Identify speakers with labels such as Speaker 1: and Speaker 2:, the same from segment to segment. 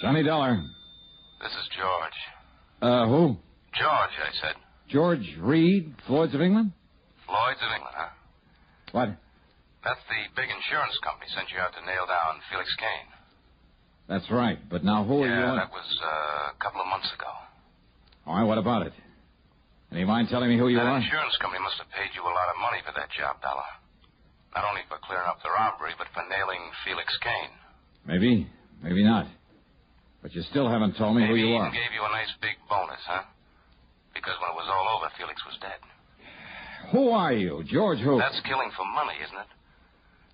Speaker 1: Sonny Dollar.
Speaker 2: This is George.
Speaker 1: Uh, who?
Speaker 2: George, I said.
Speaker 1: George Reed, Floyd's of England?
Speaker 2: Floyd's in England, huh?
Speaker 1: What?
Speaker 2: That's the big insurance company sent you out to nail down Felix Kane.
Speaker 1: That's right. But now who are you?
Speaker 2: yeah, that was uh, a couple of months ago.
Speaker 1: All right, what about it? Any mind telling me who you
Speaker 2: that
Speaker 1: are?
Speaker 2: insurance company must have paid you a lot of money for that job, Bella. Not only for clearing up the robbery, but for nailing Felix Kane.
Speaker 1: Maybe, maybe not. But you still haven't told me
Speaker 2: Maybe
Speaker 1: who you
Speaker 2: even
Speaker 1: are.
Speaker 2: gave you a nice big bonus, huh? Because when it was all over, Felix was dead.
Speaker 1: Who are you? George who?
Speaker 2: That's killing for money, isn't it?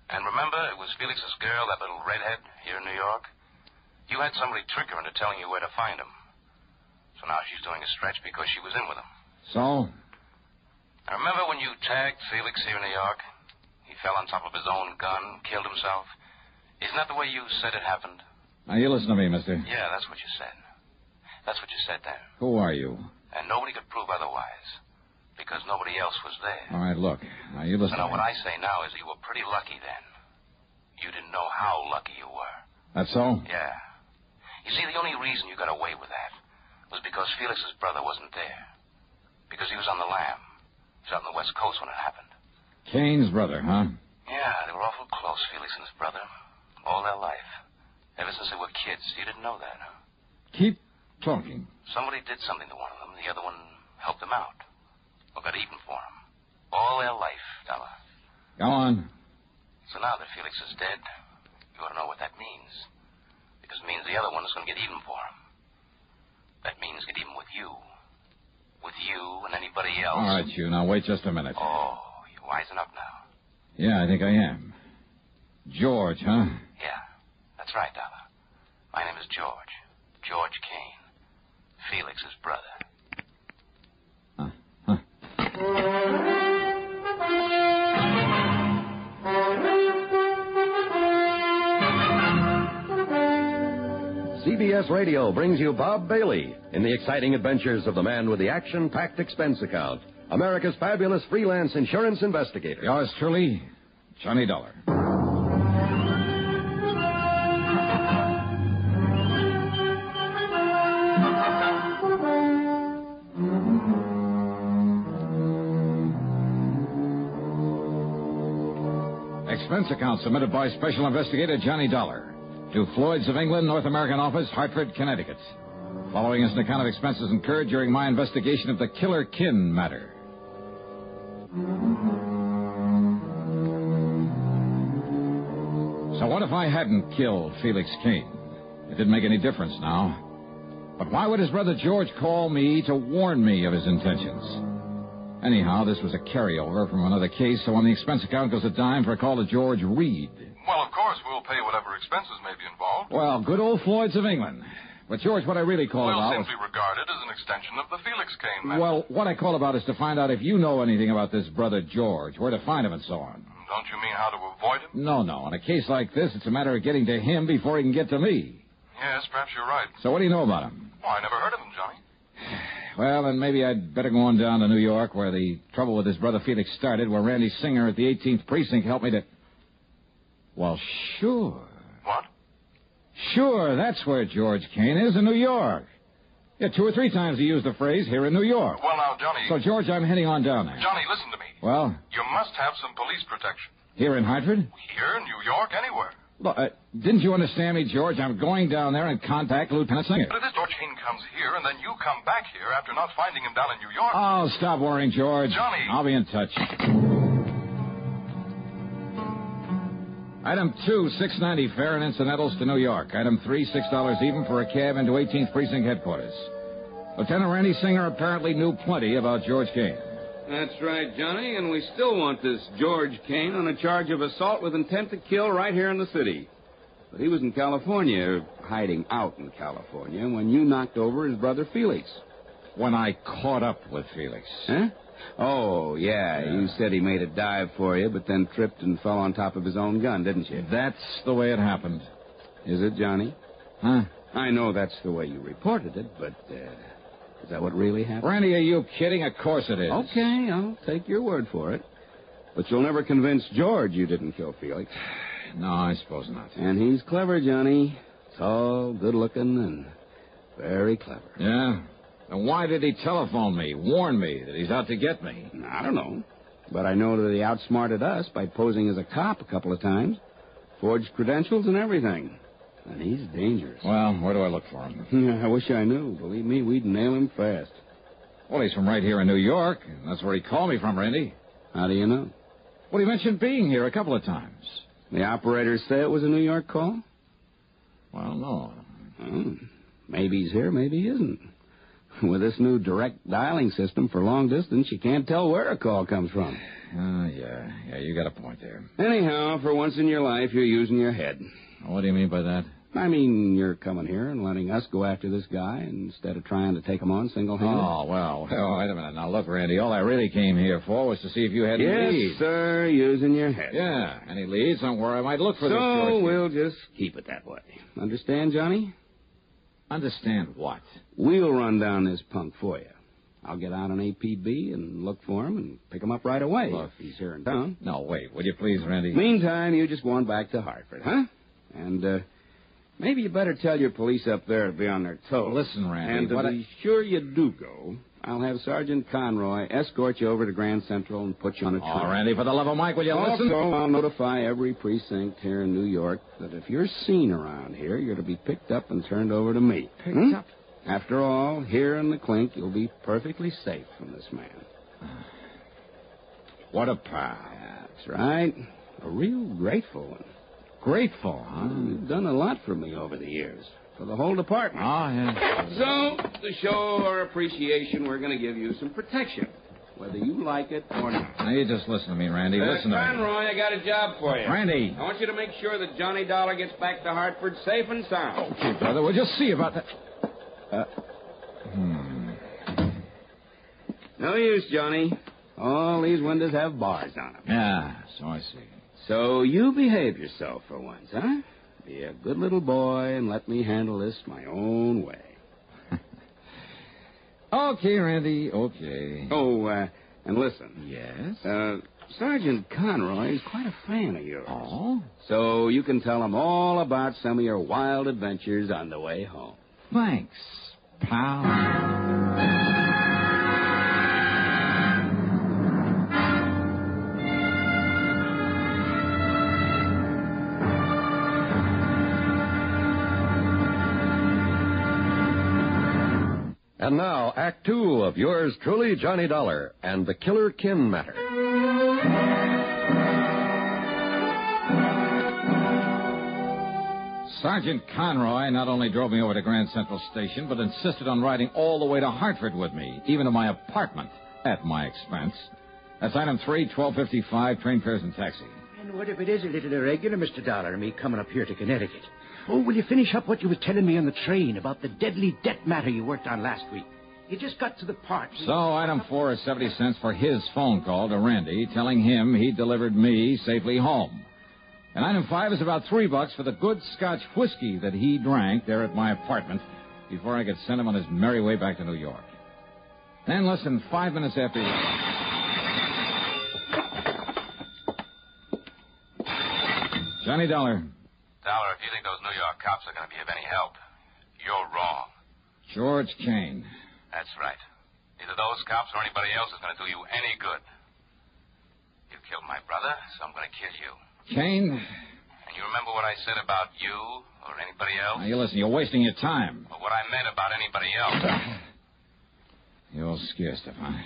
Speaker 2: And remember, it was Felix's girl, that little redhead, here in New York. You had somebody trick her into telling you where to find him. So now she's doing a stretch because she was in with him.
Speaker 1: So?
Speaker 2: Now remember when you tagged Felix here in New York? He fell on top of his own gun, killed himself. Isn't that the way you said it happened?
Speaker 1: Now you listen to me, mister.
Speaker 2: Yeah, that's what you said. That's what you said then.
Speaker 1: Who are you?
Speaker 2: And nobody could prove otherwise. Because nobody else was there.
Speaker 1: All right, look. Now you listen
Speaker 2: Now,
Speaker 1: to me.
Speaker 2: what I say now is you were pretty lucky then. You didn't know how lucky you were.
Speaker 1: That's so?
Speaker 2: Yeah. You see, the only reason you got away with that was because Felix's brother wasn't there. Because he was on the lam. He was out on the West Coast when it happened.
Speaker 1: Kane's brother, huh?
Speaker 2: Yeah, they were awful close, Felix and his brother. All their life. Ever since they were kids. You didn't know that, huh?
Speaker 1: Keep talking.
Speaker 2: Somebody did something to one of them, the other one helped them out. Or got even for them. All their life, Dollar.
Speaker 1: Go on.
Speaker 2: So now that Felix is dead, you ought to know what that means. Because it means the other one is going to get even for him. That means get even with you. With you and anybody else.
Speaker 1: All right, you. Now wait just a minute.
Speaker 2: Oh, you're wising up now.
Speaker 1: Yeah, I think I am. George, huh?
Speaker 2: Yeah, that's right, Dollar. My name is George. George Kane. Felix's brother.
Speaker 3: CBS Radio brings you Bob Bailey in the exciting adventures of the man with the action packed expense account, America's fabulous freelance insurance investigator.
Speaker 1: Yours truly, Johnny Dollar. Expense account submitted by Special Investigator Johnny Dollar to Floyd's of England, North American Office, Hartford, Connecticut. Following is an account of expenses incurred during my investigation of the Killer Kin matter. So what if I hadn't killed Felix Kane? It didn't make any difference now. But why would his brother George call me to warn me of his intentions? Anyhow, this was a carryover from another case, so on the expense account goes a dime for a call to George Reed.
Speaker 4: Well, of course, we'll pay whatever expenses may be involved.
Speaker 1: Well, good old Floyd's of England. But George, what I really call
Speaker 4: We'll
Speaker 1: about.
Speaker 4: simply regard it as an extension of the Felix Kane matter.
Speaker 1: Well, what I call about is to find out if you know anything about this brother George, where to find him, and so on.
Speaker 4: Don't you mean how to avoid him?
Speaker 1: No, no. In a case like this, it's a matter of getting to him before he can get to me.
Speaker 4: Yes, perhaps you're right.
Speaker 1: So what do you know about him?
Speaker 4: Oh, I never heard of him, Johnny.
Speaker 1: Well, then maybe I'd better go on down to New York, where the trouble with his brother Felix started, where Randy Singer at the 18th precinct helped me to. Well, sure.
Speaker 4: What?
Speaker 1: Sure, that's where George Kane is, in New York. Yeah, two or three times he used the phrase, here in New York.
Speaker 4: Well, now, Johnny.
Speaker 1: So, George, I'm heading on down there.
Speaker 4: Johnny, listen to me.
Speaker 1: Well,
Speaker 4: You must have some police protection.
Speaker 1: here in Hartford?
Speaker 4: Here, in New York, anywhere.
Speaker 1: Look, uh, didn't you understand me, George? I'm going down there and contact Lieutenant Singer.
Speaker 4: But if this George Kane comes here and then you come back here after not finding him down in New York.
Speaker 1: Oh, stop worrying, George.
Speaker 4: Johnny.
Speaker 1: I'll be in touch. Item two, six ninety fare and incidentals to New York. Item three, six dollars even for a cab into 18th Precinct headquarters. Lieutenant Randy Singer apparently knew plenty about George Kane.
Speaker 5: That's right, Johnny, and we still want this George Kane on a charge of assault with intent to kill right here in the city. But he was in California, hiding out in California, when you knocked over his brother Felix.
Speaker 1: When I caught up with Felix,
Speaker 5: Huh? Oh, yeah, you said he made a dive for you, but then tripped and fell on top of his own gun, didn't you?
Speaker 1: that's the way it happened,
Speaker 5: Is it, Johnny?
Speaker 1: huh?
Speaker 5: I know that's the way you reported it, but uh, is that what really happened?
Speaker 1: Randy, are you kidding? Of course it is.
Speaker 5: Okay, I'll take your word for it. But you'll never convince George you didn't kill Felix.
Speaker 1: No, I suppose not.
Speaker 5: And he's clever, Johnny. Tall, good looking, and very clever.
Speaker 1: Yeah? Then why did he telephone me, warn me that he's out to get me?
Speaker 5: I don't know. But I know that he outsmarted us by posing as a cop a couple of times, forged credentials and everything. And he's dangerous.
Speaker 1: Well, where do I look for him?
Speaker 5: I wish I knew. Believe me, we'd nail him fast.
Speaker 1: Well, he's from right here in New York. and That's where he called me from, Randy.
Speaker 5: How do you know?
Speaker 1: Well, he mentioned being here a couple of times.
Speaker 5: The operators say it was a New York call?
Speaker 1: Well, no.
Speaker 5: Oh, maybe he's here, maybe he isn't. With this new direct dialing system for long distance, you can't tell where a call comes from.
Speaker 1: Uh, yeah, yeah, you got a point there.
Speaker 5: Anyhow, for once in your life, you're using your head.
Speaker 1: What do you mean by that?
Speaker 5: I mean, you're coming here and letting us go after this guy instead of trying to take him on single handed.
Speaker 1: Oh, well, well, wait a minute. Now, look, Randy, all I really came here for was to see if you had any
Speaker 5: yes,
Speaker 1: leads.
Speaker 5: sir, using your head.
Speaker 1: Yeah, any leads on where I might look for this
Speaker 5: So
Speaker 1: George.
Speaker 5: we'll just keep it that way. Understand, Johnny?
Speaker 1: Understand what?
Speaker 5: We'll run down this punk for you. I'll get out an APB and look for him and pick him up right away
Speaker 1: Look.
Speaker 5: if he's here in town.
Speaker 1: No, wait, would you please, Randy?
Speaker 5: Meantime, you just go on back to Hartford, huh? And uh, maybe you better tell your police up there to be on their toes.
Speaker 1: Listen, Randy,
Speaker 5: and to
Speaker 1: what I-
Speaker 5: be sure you do go, I'll have Sergeant Conroy escort you over to Grand Central and put you on a train.
Speaker 1: Oh, Randy, for the love of Mike, will you
Speaker 5: also,
Speaker 1: listen?
Speaker 5: I'll notify every precinct here in New York that if you're seen around here, you're to be picked up and turned over to me.
Speaker 1: Picked
Speaker 5: Hmm?
Speaker 1: up?
Speaker 5: After all, here in the clink, you'll be perfectly safe from this man.
Speaker 1: What a pal.
Speaker 5: That's right. A real grateful one. Hmm,
Speaker 1: Grateful, huh?
Speaker 5: You've done a lot for me over the years, for the whole department.
Speaker 1: Oh, yeah.
Speaker 5: So, to show our appreciation, we're going to give you some protection, whether you like it or not.
Speaker 1: Now, you just listen to me, Randy.
Speaker 5: Uh,
Speaker 1: listen to me.
Speaker 5: Conroy, I got a job for you.
Speaker 1: Randy.
Speaker 5: I want you to make sure that Johnny Dollar gets back to Hartford safe and sound.
Speaker 1: Oh, Okay, brother, we'll just see about that. Uh, hmm.
Speaker 5: No use, Johnny. All these windows have bars on them.
Speaker 1: Yeah, so I see.
Speaker 5: So you behave yourself for once, huh? Be a good little boy and let me handle this my own way.
Speaker 1: Okay, Randy, okay.
Speaker 5: Oh, uh, and listen.
Speaker 1: Yes?
Speaker 5: Uh, Sergeant Conroy is quite a fan of yours.
Speaker 1: Oh?
Speaker 5: So you can tell him all about some of your wild adventures on the way home.
Speaker 1: Thanks, pal.
Speaker 3: And now, Act Two of yours truly, Johnny Dollar and the Killer Kin Matter.
Speaker 1: Sergeant Conroy not only drove me over to Grand Central Station, but insisted on riding all the way to Hartford with me, even to my apartment, at my expense. That's item three, twelve fifty-five, train fares and taxi.
Speaker 6: And what if it is a little irregular, Mr. Dollar, me coming up here to Connecticut? Oh, will you finish up what you was telling me on the train about the deadly debt matter you worked on last week? You just got to the part.
Speaker 1: So, item four is 70 cents for his phone call to Randy, telling him he delivered me safely home. And item five is about three bucks for the good Scotch whiskey that he drank there at my apartment before I could send him on his merry way back to New York. Then, less than five minutes after. Johnny Dollar,
Speaker 2: Dollar, if you think those New York cops are going to be of any help, you're wrong.
Speaker 1: George Kane.
Speaker 2: That's right. Neither those cops or anybody else is going to do you any good. You killed my brother, so I'm going to kill you.
Speaker 1: Kane,
Speaker 2: And you remember what I said about you or anybody else?
Speaker 1: now you listen, you're wasting your time.
Speaker 2: Or what I meant about anybody else?
Speaker 1: You all scared, Stefan.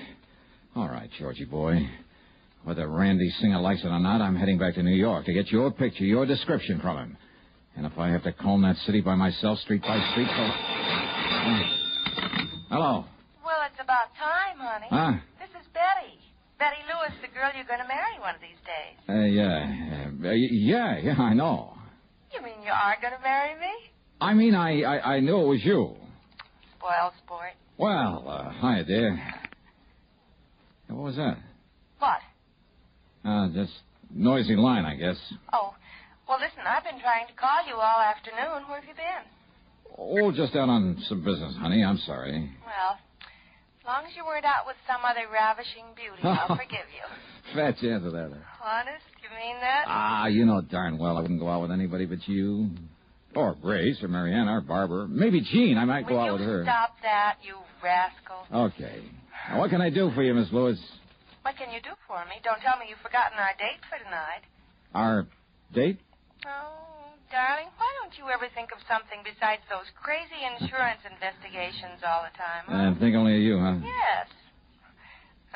Speaker 1: All right, Georgie boy. Whether Randy Singer likes it or not, I'm heading back to New York to get your picture, your description from him. And if I have to comb that city by myself, street by street, so. Hello.
Speaker 7: Well, it's about time, honey.
Speaker 1: Huh?
Speaker 7: This is Betty. Betty Lewis, the girl you're going to marry one of these days.
Speaker 1: Uh, yeah. Uh, y- yeah, yeah, I know.
Speaker 7: You mean you are going to marry me?
Speaker 1: I mean, I, I, I knew it was you.
Speaker 7: Spoiled sport.
Speaker 1: Well, uh, hi there. Hey, What was that?
Speaker 7: What?
Speaker 1: Uh, just noisy line, I guess.
Speaker 7: Oh, well, listen, I've been trying to call you all afternoon. Where have you been?
Speaker 1: Oh, just out on some business, honey. I'm sorry.
Speaker 7: Well, as long as you weren't out with some other ravishing beauty, I'll forgive you.
Speaker 1: Fat chance of that.
Speaker 7: Honest? You mean that?
Speaker 1: Ah, you know darn well I wouldn't go out with anybody but you. Or Grace, or Marianne, our barber. Maybe Jean. I might go
Speaker 7: Will
Speaker 1: out
Speaker 7: you
Speaker 1: with her.
Speaker 7: stop that, you rascal?
Speaker 1: Okay. Now, what can I do for you, Miss Lewis?
Speaker 7: What can you do for me? Don't tell me you've forgotten our date for tonight.
Speaker 1: Our date?
Speaker 7: Oh, darling, why don't you ever think of something besides those crazy insurance investigations all the time? huh?
Speaker 1: And think only of you, huh?
Speaker 7: Yes.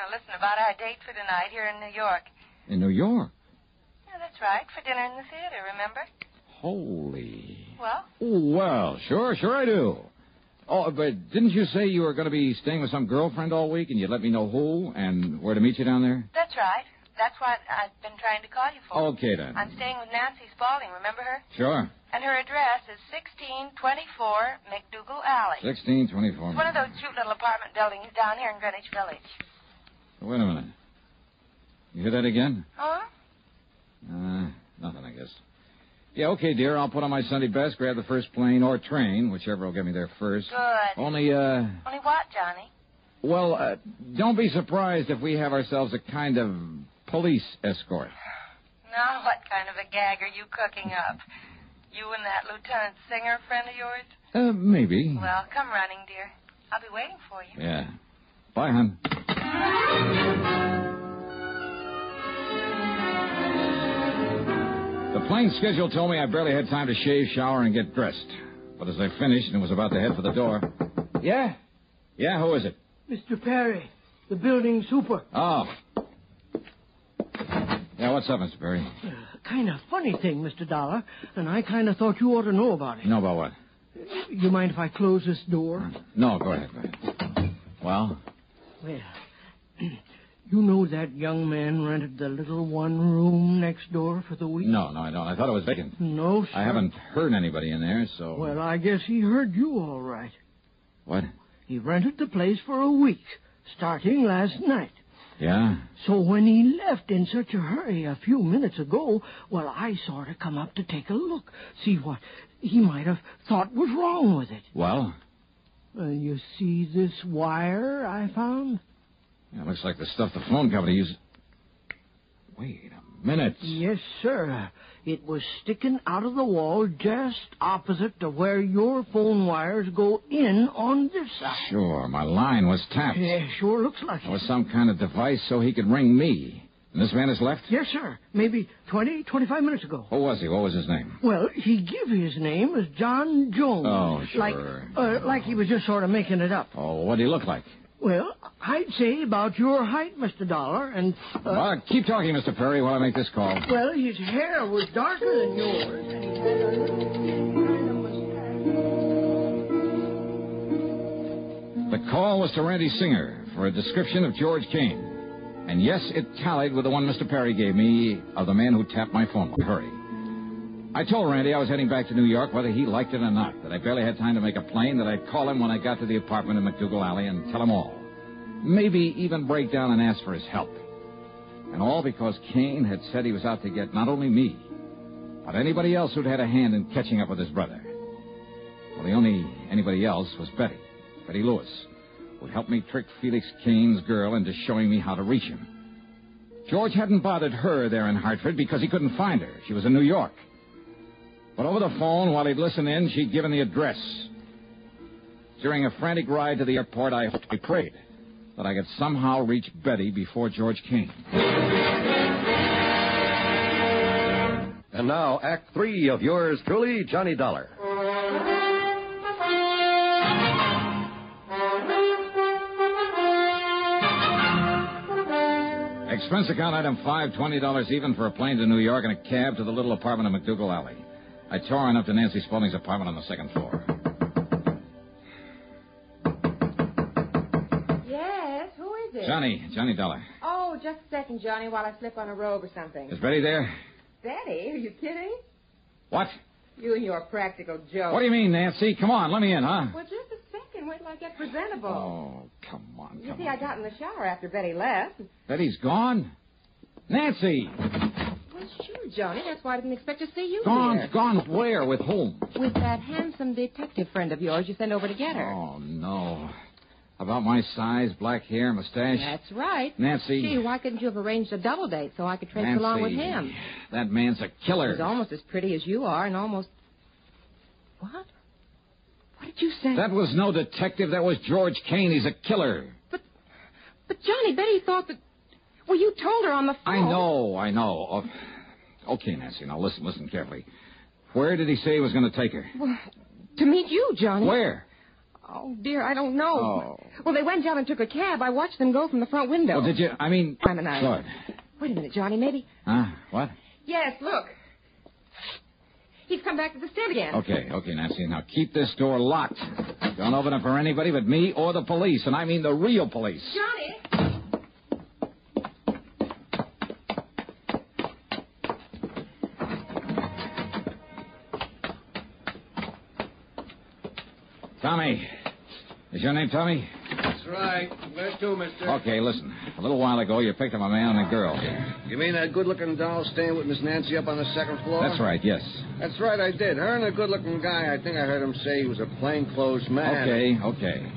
Speaker 7: Now listen about our date for tonight here in New York.
Speaker 1: In New York.
Speaker 7: Yeah, that's right, for dinner in the theater, remember?
Speaker 1: Holy.
Speaker 7: Well,
Speaker 1: Oh, well, sure, sure I do. Oh, but didn't you say you were going to be staying with some girlfriend all week and you'd let me know who and where to meet you down there?
Speaker 7: that's right. That's what I've been trying to call you for.
Speaker 1: Okay, then.
Speaker 7: Oh, I'm staying with Nancy Spaulding, remember her?
Speaker 1: Sure.
Speaker 7: And her address is 1624 McDougal Alley.
Speaker 1: 1624.
Speaker 7: It's one of those cute little apartment buildings down here in Greenwich Village.
Speaker 1: Wait a minute. You hear that again?
Speaker 7: Huh?
Speaker 1: Uh, nothing, I guess. Yeah, okay, dear. I'll put on my Sunday best, grab the first plane or train, whichever will get me there first.
Speaker 7: Good.
Speaker 1: Only, uh,
Speaker 7: Only what, Johnny?
Speaker 1: well, uh, don't be surprised if we have ourselves a kind of police escort.
Speaker 7: Now, what kind of a gag are you cooking up? You and that Lieutenant Singer friend of yours?
Speaker 1: Uh, maybe.
Speaker 7: Well, come running, dear. I'll be waiting for you.
Speaker 1: Yeah. Bye, hon. The plane schedule told me I barely had time to shave, shower, and get dressed. But as I finished and was about to head for the door. Yeah? Yeah, who is it?
Speaker 8: Mr. Perry, the building super.
Speaker 1: Oh. Yeah, what's up, Mr. Perry?
Speaker 8: Kind of funny thing, Mr. Dollar, and I kind of thought you ought to know about it.
Speaker 1: You know about what?
Speaker 8: You mind if I close this door?
Speaker 1: No, go ahead, go ahead. Well?
Speaker 8: Mm. Well, you know that young man rented the little one room next door for the week?
Speaker 1: No, no, I don't. I thought it was vacant.
Speaker 8: No, sir.
Speaker 1: I haven't heard anybody in there, so.
Speaker 8: Well, I guess he heard you all right.
Speaker 1: What?
Speaker 8: He rented the place for a week, starting last night.
Speaker 1: Yeah?
Speaker 8: So when he left in such a hurry a few minutes ago, well, I sort of come up to take a look, see what he might have thought was wrong with it.
Speaker 1: Well?
Speaker 8: Uh, you see this wire I found?
Speaker 1: Yeah, it looks like the stuff the phone company used. Wait a minute.
Speaker 8: Yes, sir. It was sticking out of the wall just opposite to where your phone wires go in on this side.
Speaker 1: Sure, my line was tapped.
Speaker 8: Yeah, sure looks like
Speaker 1: It
Speaker 8: it.
Speaker 1: was some kind of device so he could ring me. And this man has left?
Speaker 8: Yes, sir. Maybe twenty, twenty-five minutes ago.
Speaker 1: Who was he? What was his name?
Speaker 8: Well, he give his name as John Jones.
Speaker 1: Oh, sure.
Speaker 8: Like, uh, like he was just sort of making it up.
Speaker 1: Oh, what did he look like?
Speaker 8: Well, I'd say about your height, Mr. Dollar, and, uh,
Speaker 1: well, keep talking, Mr. Perry, while I make this call.
Speaker 8: well, his hair was darker than yours. and he had a little thin line of mustache.
Speaker 1: The call was to Randy Singer for a description of George Kane. And yes, it tallied with the one Mr. Perry gave me of the man who tapped my phone. Hurry. I told Randy I was heading back to New York, whether he liked it or not, that I barely had time to make a plane, that I'd call him when I got to the apartment in McDougal Alley and tell him all. Maybe even break down and ask for his help. And all because Kane had said he was out to get not only me, but anybody else who'd had a hand in catching up with his brother. Well, the only anybody else was Betty, Betty Lewis, who helped me trick Felix Kane's girl into showing me how to reach him. George hadn't bothered her there in Hartford because he couldn't find her. She was in New York. But over the phone, while he'd listen in, she'd given the address. During a frantic ride to the airport, I, I prayed that I could somehow reach Betty before George came.
Speaker 3: And now, Act Three of yours truly, Johnny Dollar.
Speaker 1: Expense account item five, twenty dollars even for a plane to New York and a cab to the little apartment in McDougal Alley. I tore on up to Nancy Spaulding's apartment on the second floor.
Speaker 9: Yes, who is it?
Speaker 1: Johnny, Johnny Dollar.
Speaker 9: Oh, just a second, Johnny, while I slip on a robe or something.
Speaker 1: Is Betty there?
Speaker 9: Betty, are you kidding?
Speaker 1: What?
Speaker 9: You and your practical joke.
Speaker 1: What do you mean, Nancy? Come on, let me in, huh?
Speaker 9: Well, just a second. Wait till I get presentable.
Speaker 1: Oh, come on,
Speaker 9: you
Speaker 1: come
Speaker 9: see,
Speaker 1: on.
Speaker 9: I got in the shower after Betty left.
Speaker 1: Betty's gone? Nancy!
Speaker 9: Well, sure, Johnny. That's why I didn't expect to see you
Speaker 1: Gone,
Speaker 9: here.
Speaker 1: gone where? With whom?
Speaker 9: With that handsome detective friend of yours you sent over to get her.
Speaker 1: Oh, no. About my size, black hair, mustache.
Speaker 9: That's right.
Speaker 1: Nancy.
Speaker 9: Gee, why couldn't you have arranged a double date so I could trace
Speaker 1: Nancy.
Speaker 9: along with him?
Speaker 1: That man's a killer.
Speaker 9: He's almost as pretty as you are and almost. What? What did you say?
Speaker 1: That was no detective. That was George Kane. He's a killer.
Speaker 9: But Johnny, Betty thought that. Well, you told her on the phone.
Speaker 1: I know, I know. Oh, okay, Nancy, now listen, listen carefully. Where did he say he was going to take her?
Speaker 9: Well, to meet you, Johnny.
Speaker 1: Where? Oh.
Speaker 9: Oh dear, I don't know. Well, they went down and took a cab. I watched them go from the front window.
Speaker 1: Well, Oh, did you? I mean,
Speaker 9: I'm an eye.
Speaker 1: Good.
Speaker 9: Wait a minute, Johnny. Maybe.
Speaker 1: Huh? What?
Speaker 9: Yes. Look. He's come back to the stem again.
Speaker 1: Okay, okay, Nancy. Now keep this door locked. Don't open it for anybody but me or the police, and I mean the real police.
Speaker 9: Johnny.
Speaker 1: Tommy. Is your name Tommy?
Speaker 5: That's right. Where to, mister?
Speaker 1: Okay, listen. A little while ago, you picked up a man and a girl here.
Speaker 10: You mean that good looking doll staying with Miss Nancy up on the second floor?
Speaker 1: That's right, yes.
Speaker 10: That's right, I did. Her and a good looking guy, I think I heard him say he was a plainclothes man.
Speaker 1: Okay, okay.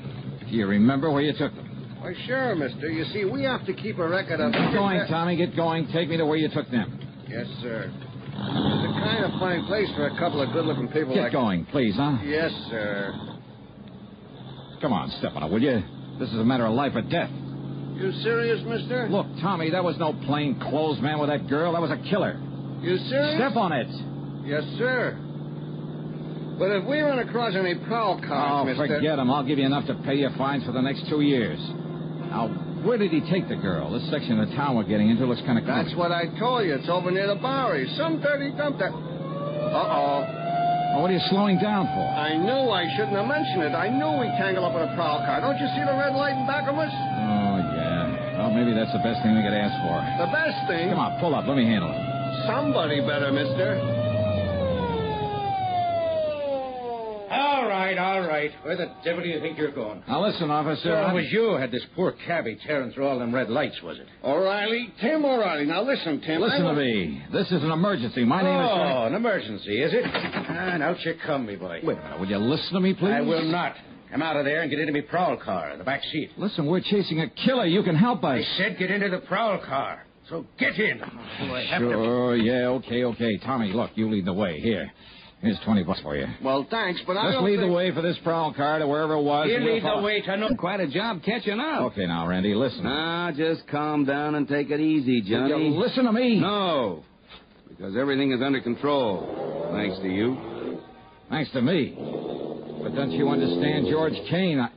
Speaker 1: Do you remember where you took them?
Speaker 10: Why, sure, mister. You see, we have to keep a record of.
Speaker 1: Get going, Tommy. Get going. Take me to where you took them.
Speaker 10: Yes, sir. It's a kind of fine place for a couple of good looking people
Speaker 1: Get
Speaker 10: like.
Speaker 1: going, please, huh?
Speaker 10: Yes, sir.
Speaker 1: Come on, step on it, will you? This is a matter of life or death.
Speaker 10: You serious, mister?
Speaker 1: Look, Tommy, that was no plain clothes man with that girl. That was a killer.
Speaker 10: You serious?
Speaker 1: Step on it.
Speaker 10: Yes, sir. But if we run across any prowl
Speaker 1: Oh,
Speaker 10: cars, mister.
Speaker 1: forget him. I'll give you enough to pay your fines for the next two years. Now, where did he take the girl? This section of the town we're getting into looks kind of
Speaker 10: That's what I told you. It's over near the Bowery. Some dirty dump that. Uh oh.
Speaker 1: Well, what are you slowing down for?
Speaker 10: I knew I shouldn't have mentioned it. I knew we tangled up with a prowl car. Don't you see the red light in back of us?
Speaker 1: Oh, yeah. Well, maybe that's the best thing we could ask for.
Speaker 10: The best thing.
Speaker 1: Come on, pull up. Let me handle it.
Speaker 10: Somebody better, mister.
Speaker 6: All right, all right. Where the devil do you think you're going?
Speaker 1: Now, listen, officer.
Speaker 6: So
Speaker 1: I-
Speaker 6: it was you who had this poor cabbie tearing through all them red lights, was it?
Speaker 10: O'Reilly? Tim O'Reilly. Now listen, Tim.
Speaker 1: Listen
Speaker 10: I
Speaker 1: to me. This is an emergency. My name is.
Speaker 6: oh, an emergency, is it? Ah, And out you come, me boy.
Speaker 1: Wait a minute. Will you listen to me, please?
Speaker 6: I will not. Come out of there and get into me prowl car in the back seat.
Speaker 1: Listen, we're chasing a killer. You can help us.
Speaker 6: I said get into the prowl car. So get in. Oh, I have to...
Speaker 1: Sure, yeah, okay, okay. Tommy, look, you lead the way. Here. Here's 20 bucks for you.
Speaker 10: Well, thanks, but I
Speaker 1: Just
Speaker 10: don't
Speaker 1: lead
Speaker 10: think...
Speaker 1: the way for this prowl car to wherever it was.
Speaker 6: You
Speaker 1: and we'll
Speaker 6: need
Speaker 1: follow-
Speaker 6: to wait. I know.
Speaker 5: Quite a job catching up.
Speaker 1: Okay, now, Randy, listen.
Speaker 5: Oh, Now, just calm down and take it easy,
Speaker 1: Will
Speaker 5: Johnny.
Speaker 1: you listen to me.
Speaker 5: No, because everything is under control, thanks to you.
Speaker 1: Thanks to me. But don't you understand, George Kane? I,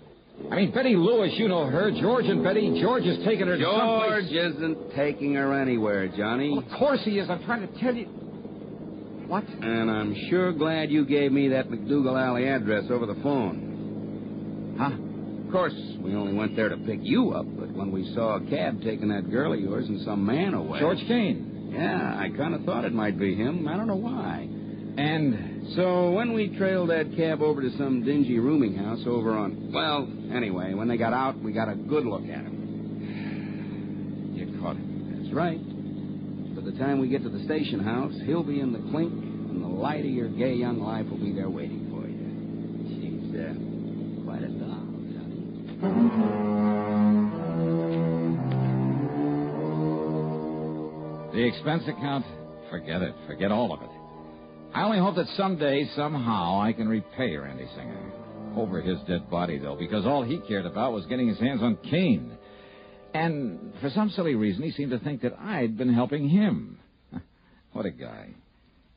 Speaker 1: I mean, Betty Lewis, you know her. George and Betty. George is taking her to
Speaker 5: George
Speaker 1: someplace.
Speaker 5: isn't taking her anywhere, Johnny.
Speaker 1: Well, of course he is. I'm trying to tell you. What?
Speaker 5: And I'm sure glad you gave me that McDougal Alley address over the phone.
Speaker 1: Huh?
Speaker 5: Of course, we only went there to pick you up, but when we saw a cab taking that girl of yours and some man away.
Speaker 1: George Kane.
Speaker 5: Yeah, I kind of thought it might be him. I don't know why.
Speaker 1: And
Speaker 5: So when we trailed that cab over to some dingy rooming house over on. Well, anyway, when they got out, we got a good look at him.
Speaker 1: you caught him.
Speaker 5: That's right. By the time we get to the station house, he'll be in the clink, and the light of your gay young life will be there waiting for you. She's uh, quite a doll, Johnny.
Speaker 1: The expense account? Forget it. Forget all of it. I only hope that someday, somehow, I can repay Randy Singer. Over his dead body, though, because all he cared about was getting his hands on Kane. And for some silly reason, he seemed to think that I'd been helping him. What a guy.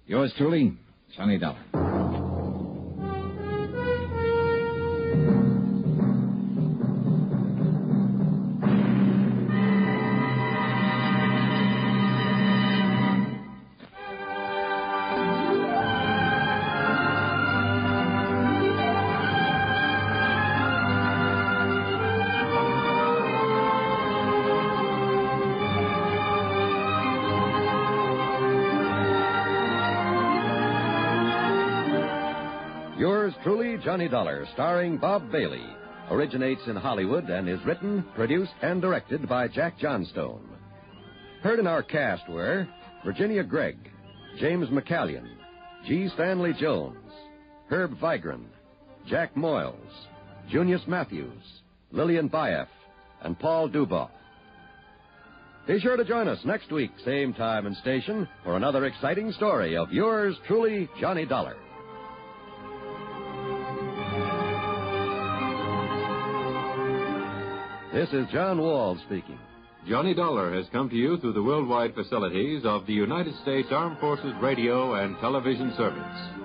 Speaker 1: Yours truly, Johnny Dollar.
Speaker 3: Yours truly, Johnny Dollar, starring Bob Bailey, originates in Hollywood and is written, produced, and directed by Jack Johnstone. Heard in our cast were Virginia Gregg, James McCallion, G. Stanley Jones, Herb Vigran, Jack Moyles, Junius Matthews, Lillian Baeff, and Paul Duboff. Be sure to join us next week, same time and station, for another exciting story of yours truly, Johnny Dollar.
Speaker 1: This is John Wall speaking.
Speaker 5: Johnny Dollar has come to you through the worldwide facilities of the United States Armed Forces Radio and Television Service.